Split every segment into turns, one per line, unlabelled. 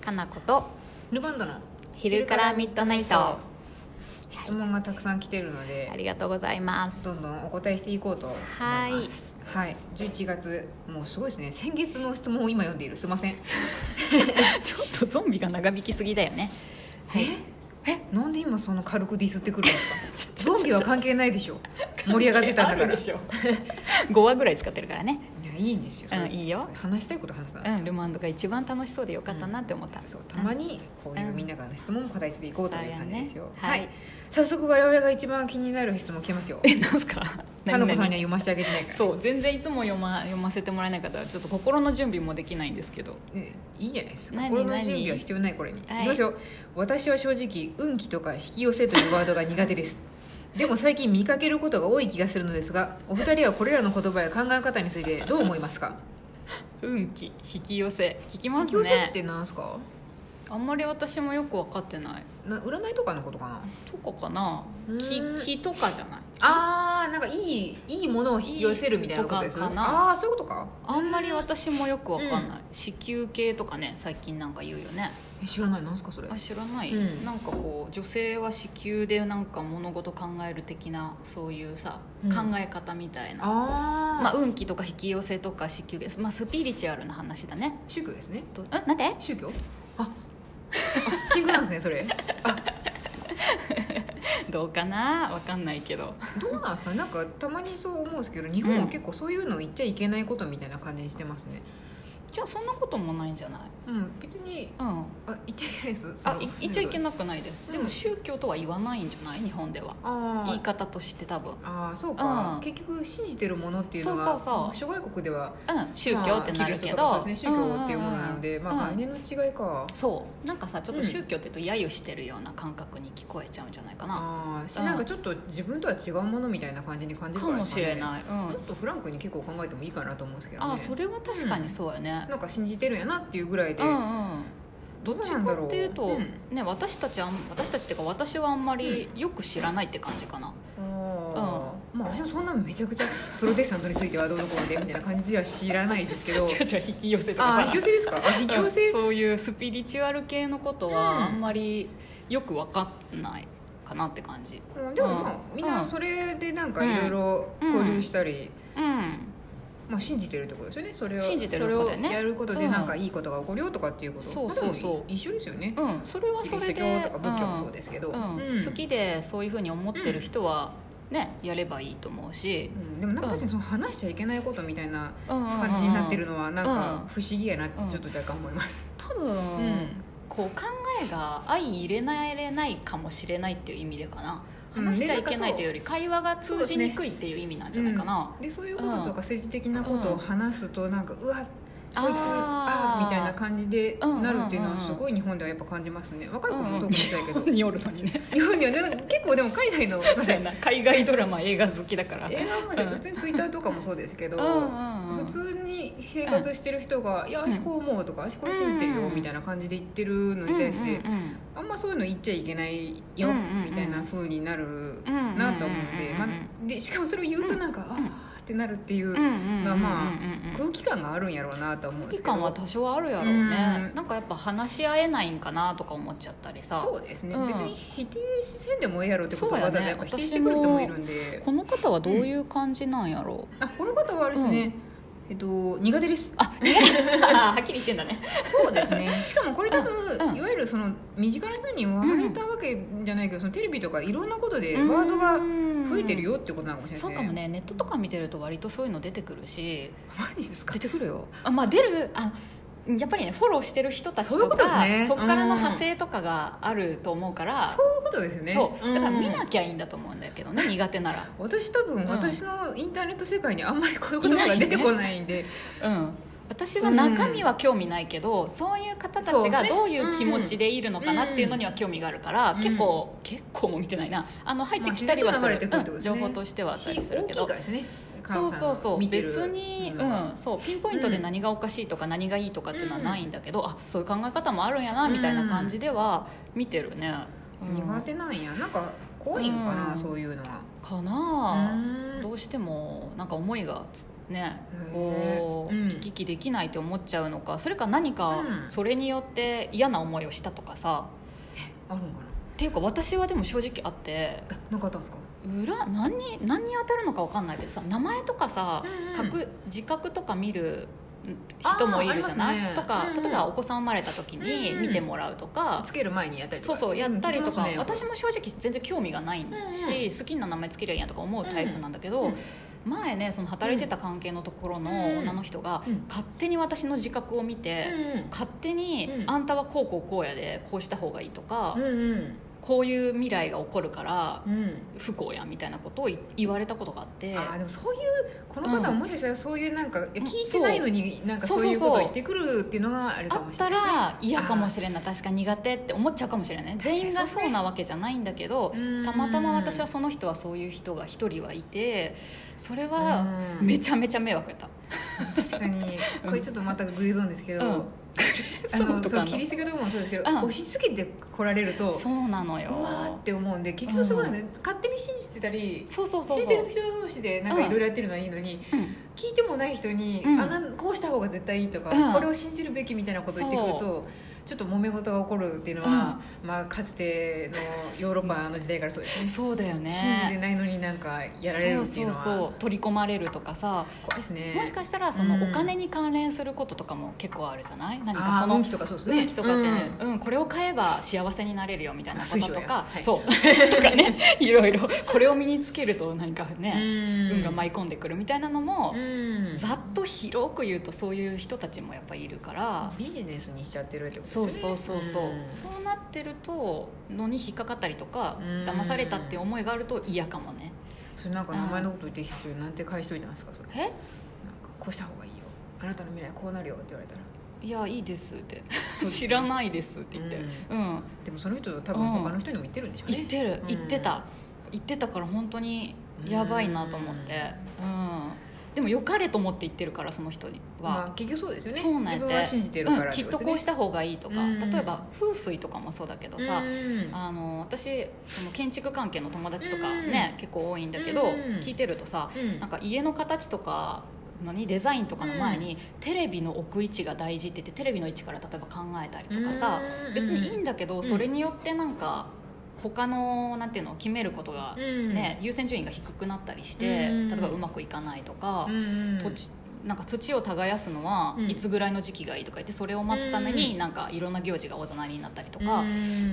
かなこと
ルバンドの
昼からミッドナイト
は
あ
い質問がたくさん来てるので、
りがとうございます
どんどんお答えしていこうと思いますはい、11月もうすごいですね先月の質問を今読んでいるすいません
ちょっとゾンビが長引きすぎだよねはい
ええなんで今その軽くディスってくるんで すかゾンビは関係ないでしょ盛り上がってたんだから
あるでしょ5話ぐらい使ってるからね
いやいいんですよ、それ
うんいいよ
それ話したいこと話すな、
うんルマンドが一番楽しそうでよかったなって思った、
そうたまにこういううんみんなからの質問も答えていこうという感じですよ、
そうやね
は、
はいい
早速我々が一番気になる質問来ますよ
えなんすか何
花子さんには読ませてあげてないから
そう全然いつも読ま読ませてもらえない方はちょっと心の準備もできないんですけど
ねいいじゃないですか
何
心の
何
準備は必要ないこれに、
はい
い、きましょう私は正直運気とか引き寄せというワードが苦手 ですでも最近見かけることが多い気がするのですがお二人はこれらの言葉や考え方についてどう思いますか
運気引き寄せ聞き
引
ま
き
す
寄せっ
ね
てなんすか
あんまり私もよく分かってない
な占いとかのことかな
とかかな
うーん
気気とかじゃない
あーなんかいいいいものを引き寄せるみたいなことです
いいとかかな
ああーそういうことか
あんまり私もよくわかんない、子宮系とかね最近なんか言うよね
え知らないなんすかそれ
あ知らない、
うん
なんかこう女性は子宮でなんか物事考える的なそういうさ、
うん
考え方みたいな
あー
まあ、運気とか引き寄せとか子宮系、まあ、スピリチュアルな話だね
宗教ですね
とんなんで
宗教ああキングなんですねそれ
どうかなわかんないけど
どうなんですかなんかたまにそう思うんですけど日本は結構そういうの言っちゃいけないことみたいな感じにしてますね
じゃあそんなこともないんじゃない
うん別に
うん
あ言っちゃいけないです
あい言っちゃいけ
い
なくないです、
うん
でも宗教とは言わないんじゃない日本では、
あ
言い
ー
方として多分、うん、
あーそうか、
うん
結局信じてるものっていうのが
そうそうそう
まあ諸外国では
宗教ってなるけど、
まあキリストとかそうですね宗教っていうものなの
んん
で、
ん
まあ
う
概
ん
念の違いか、
そうなんかさちょっと
うん
宗教って言うと揶揄してるような感覚に聞こえちゃうんじゃないかな、
ああし
うん
なんかちょっと自分とは違うものみたいな感じに感じる
か
から
もしれ
い
ない、う
もっ
ん、
とフランクに結構考えてもいいかなと思うんですけどね
あそれは確かにそうやね、
なんか信じてるんやなっていうぐらいで、
うんうん
ど
ど
う
っ
な
ち
んだ
か
ろう
っていうと、
うん
ね、私たちあん私たちっていうか私はあんまりよく知らないって感じかな、
あーまあ私もそんなめちゃくちゃプロテスタントについてはどうのこうのでみたいな感じでは知らないで すけ
違う
ど
違う引き寄せと
あ
か
あ引
さ
き寄せですかあ引き寄せ、
うんそういうスピリチュアル系のこと
うん
はあんまりよく分かんないかなって感じ
うんでもまあ、
うん
みんなそれでなんかいろいろ交流したり、
うん
まあ、信じてるってことですよねそれを
信じてることだよね
それをやることで
うん
なんかいいことが起こるよとかっていうこと、
そうそうそう
まあでも一緒ですよね、
うんそれは
キ
そ
リス
れ
ト教
で
とか仏教もそうですけど、
うん
う
うん
ん
好きでそういうふうに思ってる人はねやればいいと思うし
うんでもなんか確かにその話しちゃいけないことみたいな
感
感じになってるのはなんか
うん
不思議やなってちょっと若干思います、
多分、こう考えが相入れない入れないかもしれないっていう意味でかな
うん
話しちゃいけないというより会話が通じにくいっていう意味なんじゃないかな、
でそういうこととか政治的なことを話すとなんかうわこいつ
あー
あーみたいな感じでなるっていうの
うんうんうんう
は
ん
すごい日本ではやっぱ感じますね若い子も特
うん
にしたいけど、
におるのにね
日本にはね結構でも海 外の
そうやな海外ドラマ映画好きだから
映画まで普通にツイッターとかもそうですけど、
うんうん
普通に生活してる人が「いやあしこう思う」とか「あしこれ信じてるよ
う」ん
みたいな感じで言ってるのに対して、
うんうん
あんまそういうの言っちゃいけないよ、
うんうんうん
みたいな風になるなと思って、
うん
まあ、でしかもそれを言うとなんか、ああってなるっていう、
うんうんうんうん
がまあ
うんうんうん
空気感があるんやろうなとは思うん
空
で
気
すけど
感は多少あるやろう
うん
ねなんかやっぱ話し合えないんかなとか思っちゃったりさ
そうですね、
うん
別に否定しせんでもええやろってこと
そうやね
はわざわざやっぱ否定してくる人もいるんで
この方はどういう感じなんやろう、
あこの方はあれですね、えっと、苦手です
あはっきり言ってん だね
そうですね しかもこれ多分、
うんうん
いわゆるその身近な人に言われたわけじゃないけど、そのテレビとかいろんなことでワードが増えてるよってことなのかもしれないです
そう
ね
かもねネットとか見てると割とそういうの出てくるし
何ですか
出てくるよあまあ出るあやっぱりねフォローしてる人たち
そうい
と
うことです
か
ね
そこからの
うん
派生とかがあると思うから
そういうことですよね
そうだから見
う
なんきゃいいんだと思うんだけどね苦手なら
私多分、
ん
私のインターネット世界にあんまりこういう言葉が出てこないんで
うん私は中身は興味ないけど、そういう方た
そう
ち
です
が
ね
どういう気持ちでいるのかなっていうのには興味があるから、
うん
結構結構も見てないなあの入ってきたりはす
まあ
る,、
自然と流れてくるってこと
うん
ですね
情報としてはあった
し
りする
大
け
きい
ど
からですね
そうそうそ
見
う
てる
別に、
う
うんん、そうピンポイントで何がおかしいとか何がいいとかっていうのはないんだけど、あそういう考え方もあるんやなみたいな感じでは見てるね、うん
苦手なんやなんか怖いんかな、
うん
そういうのが
かな
う
あ
ん
どうしてもなんか思いがつね
へえ
こう
うん
行き来できないって思っちゃうのかそれか何か
うん
それによって嫌な思いをしたとかさ
あるんか
っ
な
ていうか私はでも正直あって
えなんかあったんですか
裏何に何に当たるのか分かんないけどさ名前とかさ
うんうん
書く自覚とか見る人もいるじゃな
あーありま
い
すね
とか
うんうん
例えばお子さん生まれた時に見てもらうとか
つける前にやったりと
そ
か
うそうやったりとか、
うん聞きます
私
ね
も正直全然興味がないし、
うん
好きな名前つけりゃいいやとか思うタイプなんだけど、
うん
前ねその働いてた関係のところ
うん
の女の人が、
うん
勝手に私の自覚を見て、勝手に、
うん
あんたはこうこうこうやでこうした方がいいとか、
うんうん
こういう未来が起こるから
うんうん
不幸やみたいなことをい言われたことがあって
あーでもそういうこの方は
うん
もしかしたらそういうなんか、いや
うん
聞いてないのになんかそういう
そうそうそう
ことを言ってくるっていうのがある
あ
かも
っ
し
た
れないですね
ら嫌かもしれない確か苦手って思っちゃうかもしれない
かに
全員が
そう
そ
ね
うなわけじゃないんだけど
うん
たまたま私はその人はそういう人が一人はいてそれは
うん
めちゃめちゃ迷惑やった
確かにこれちょっとまたグレーゾーンですけど、
うん
あ
そう
の
と
そ
か
の
の
切り捨て方とかもそうですけど、
うん
押し付けてこられるとう
そうなのよ
わーって思うんで結局そこなんだよね、勝手に信じてたり
そうそうそう
信
そう
じてる人同士でなんかいろいろやってるのはいいのに、
うん
聞いてもない人に、
うん
あなんこうした方が絶対いいとか、
うん
これを信じるべきみたいなこと言ってくるとちょっと揉め事が起こるっていうのは、まあ、かつてのヨーロッパの時代からそうですね
そうだよね
信じてないのになんかやられるっていうの
そうそう
は
そう取り込まれるとかさ
怖いですね
もしかしたらその
うん
お金に関連することとかも結構あるじゃない何か
あ
そ
ー
の
運気とかそうですね
運気とかってね、
う
うんこれを買えば幸せになれるよみたいなこととか、
あ水
そう とかねいろいろこれを身につけると何かね、
ん
運が舞い込んでくるみたいなのも、
うん
ざっと広く言うとそういう人たちもやっぱりいるから、
ビジネスにしちゃってるってことです
そ
よ
う
ね
そうそうそう、そうなってるとのに引っかかったりとか、
うん
騙されたって思いがあると嫌かもね
それなんか名前のこと言ってきた人になんて返しといたんですかそれなんか
え
こうした方がいいよあなたの未来こうなるよって言われたら
いやいいですって
すね
知らないですって言ってうん
でもその人多分他の人にも言ってるんでしょうね
行ってる
うん
行ってた行ってたから本当にやばいなと思ってうんでも良かれと思って行ってるからその人
まあ
は
結局そうですよね
そうなんや
自
て
分は信じてるから
うんきっとこうしたた方がいいとか
うん
例えば風水とかもそうだけど
と
さ
さ
あの私その建築関係の友達とか
う
ね
ん
結構多いんだけど
うん
聞いてるとさなんか家の形とか何デザインとかの前にテレビの置く位置が大事って言ってテレビの位置から例えば考えたりとかさ別にいいんだけど、
ん
それによってなんか他のなんていうのを決めることが、ね優先順位が低くなったりして、
うん
例えばうまくいかないとか、土
土
地なんか土を耕すのは
うん
いつぐらいの時期がいいとか言ってそれを待つため
う
に
ん
なんかいろんな行事がおざなりになったりとか、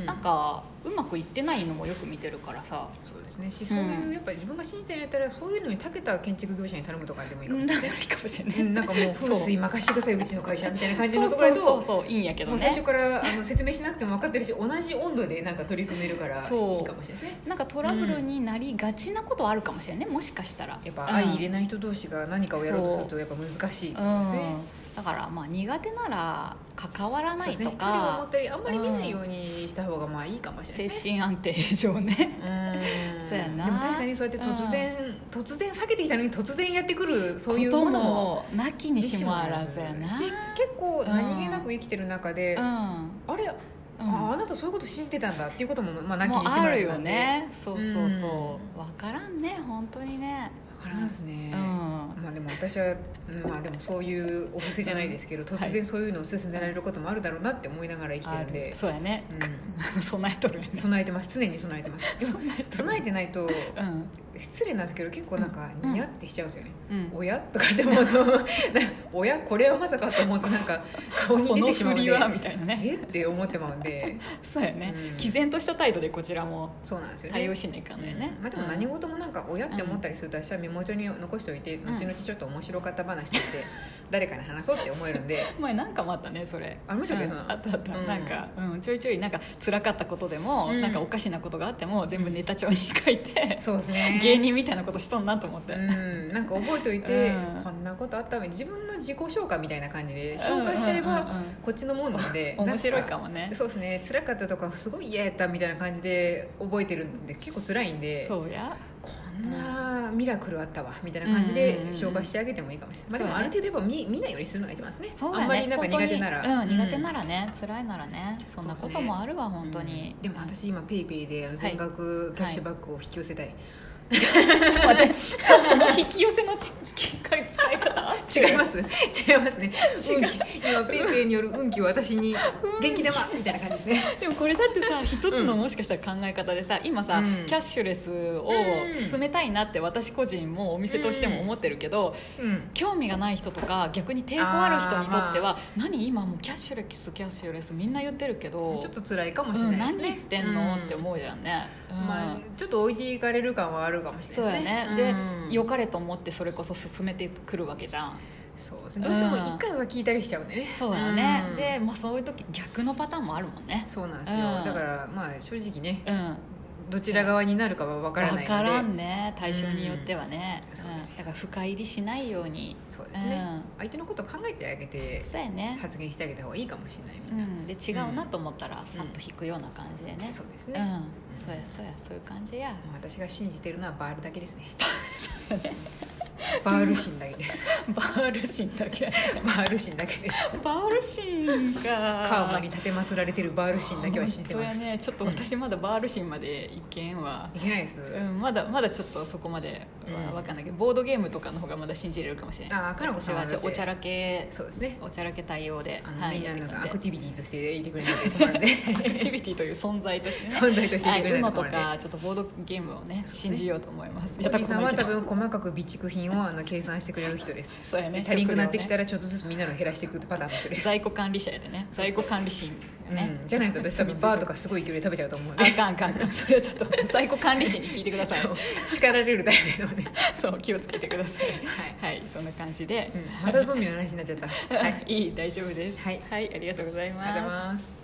なんかうまくいってないのもよく見てるからさ。
そうですねしそういうやっぱ自分が信じてるやったらそういうのに長けた建築業者に頼むとかでもいいかもしれない
いいかもしれ
うんなんかもう風水任してくださいうちの会社みたいな感じ
そ
の
う
ところ
そう
だ
そう
と
そういいんやけど
もう
ね
最初からあの説明しなくても分かってるし同じ温度でなんか取り組めるからいいか
そう
もしれないですね
なんかトラブルになりがちなことはあるかもしれないねもしかしたら
やっぱ相入
うん
れない人同士が何かをやろうとするとやっぱ難しいって
う
ことですね
ん、だからまあ苦手なら関わら
そう
な
で
い
すね
と
距離を持
か、
ったりあんまり見ないようにした方がまあいいかもしれない
精
ですね
神安定上ね
うん
そうやな
でも確かにそうやって突然、突然避けてきたのに突然やってくるそういう
こと
ものも
もなきにしもあらずやな
し結構何気なく生きてる中で、
うん
あれ、
うん
ああなたそういうこと信じてたんだっていうこともまあなき
もう
にしも
あ
あら
る
ずな
よ
んで
ねそうそうそう分からんね本当にね
わからんですね、
うん
まあでも私は、うんまあでもそういうお布施じゃないですけど、突然そういうのを勧められることもあるだろうなって思いながら生きてるんで、
そうやね、 備えとるよね
うん、備えてます常に備えてますでも備えてないと
うん
失礼なんですけど結構なんか
うん
ニヤってしちゃうんですよね、
うん
親とかでもそのな親これはまさかと思うとなんか顔に
こ
出
の
てしまう
振
ん
り
で
はみたいなね
えって思ってまうんで
そうやね、
うん
毅然とした態度でこちらも
そうなんですよね
対応しないかんのよね、
うんまあ、でも何事もなんか親って思ったりすると私はメモ帳に残しておいて、
ん
後々ちょっと面白かった話として 誰かに話そうって思える んで
前なんかもあったねそれ
ありましたっけ
うん
そんなの
あったあった、
うん
なんか、うん、ちょいちょいなんか辛かったことでも、
うん
なんかおかしなことがあっても全部ネタ帳に書いて、
そうですね
芸人みたいなことしとんなと思って、
うん、なんか覚えておいて、
うん
こんなことあったわ自分の自己紹介みたいな感じで紹介しちゃえば、
うんうんうんうん
こっちのもんなんで
面白いか
も
もね
そうですね辛かったとかすごい嫌やったみたいな感じで覚えてるんで結構辛いんで
そうや
こんあーミラクルあったわみたいな感じで
うんうんうん
消化してあげてもいいかもしれない、まあ、で
そう
も
だ
あ
ね
る程度やっぱ見見ないようにするのが一番ですね
そう
あ
だ
んま
ね
りなんか苦手なら
本当にうん、苦手な
ら
らね辛いならねそんなこともあるわ、本当に、
でも私今ペイペイであの全額キャッシュバックを引き寄せたい、
ちょっと待ってその引き寄せのち使い方
違います違いますね運気今ペイペイによる運気を私に元気玉みたいな感じですね
でもこれだってさ一つの
うん
もしかしたら考え方でさ今さ、
うん
キャッシュレスを
うん
進めたいなって私個人もお店としても思ってるけど、
うん
興味がない人とか逆に抵抗ある人にとっては、
あ
何今もうキャッシュレスキャッシュレスみんな言ってるけど
ちょっと辛いかもし
う
れ
ん、
ない
何
ですね、
言ってんの、って
うん
思うじゃんね、うん
まあ、ちょっと置いていかれる感はあるかもし
そ
れ
うだ
ない
よ
ですね
ね、で、良
く
かれと思ってそれこそ進めてくるわけじゃん
そうですねどうしても
うん
一回は聞いたりしちゃうんでね、
そうだよね、
うん
で、まあ、そういう時逆のパターンもあるもんね
そうなんですよ、
うん
だからまあ正直ね
うん
どちら側になるかは分からないの
分
で
からんね対象によってはね、
うん
うん
そうですよ
だから深入りしないように
そうですね、
うん
相手のことを考えてあげて
そうやね、
発言してあげた方がいいかもしれないみ
うん
な、
で違うなと思ったらさっと引くような感じでね、
そうです
うん
ね、も
そうやそうやそういう感じ や
う私が信じてるのはバールだけです ねバール神だけです
バールシンだけ
バール神だけです
バールシンか
カーマに立てまつられてるバール神だけは信じてます、
本当やねちょっと私まだバールシンまでいけんわ
いけないです、
うん、まだまだちょっとそこまで
うん
は分かんないけど、ボードゲームとかの方がまだ信じれるかもしれない
ああかなこ
私
さんは
はちょおちゃ
ら
らけ
そうですね
おちゃらけ対応で
あの、
はい
みんな
や
な
っ
ん
てく
か
ん
ア
で
クティビティとしていてくれない と困るん
アク
で
ティビティという存在としてね
存在としていてくれない
の
と
と
ころで
かちょっとボードゲームをね信じようと思います
小木さんは多
や
分細かく備蓄品をあの計算してくれる人です
そうやね
足りんくなってきた
ら
らちょっとずつみんなの減らしていくパターンの人です、
在庫管理者やでね在庫管理神ね、
うん、じゃないと私多分バーとかすごい勢いで食べちゃうと思う
あ
ね
かんあかんあかんそれはちょっと 在庫管理士に聞いてください
そう叱られるタイプなので、はい
そう気をつけてくださいはいそんな感じで
う、ん、またゾンビの話になっちゃったはいありがとう
いい大丈夫です
はい
ありがとうござい
ございます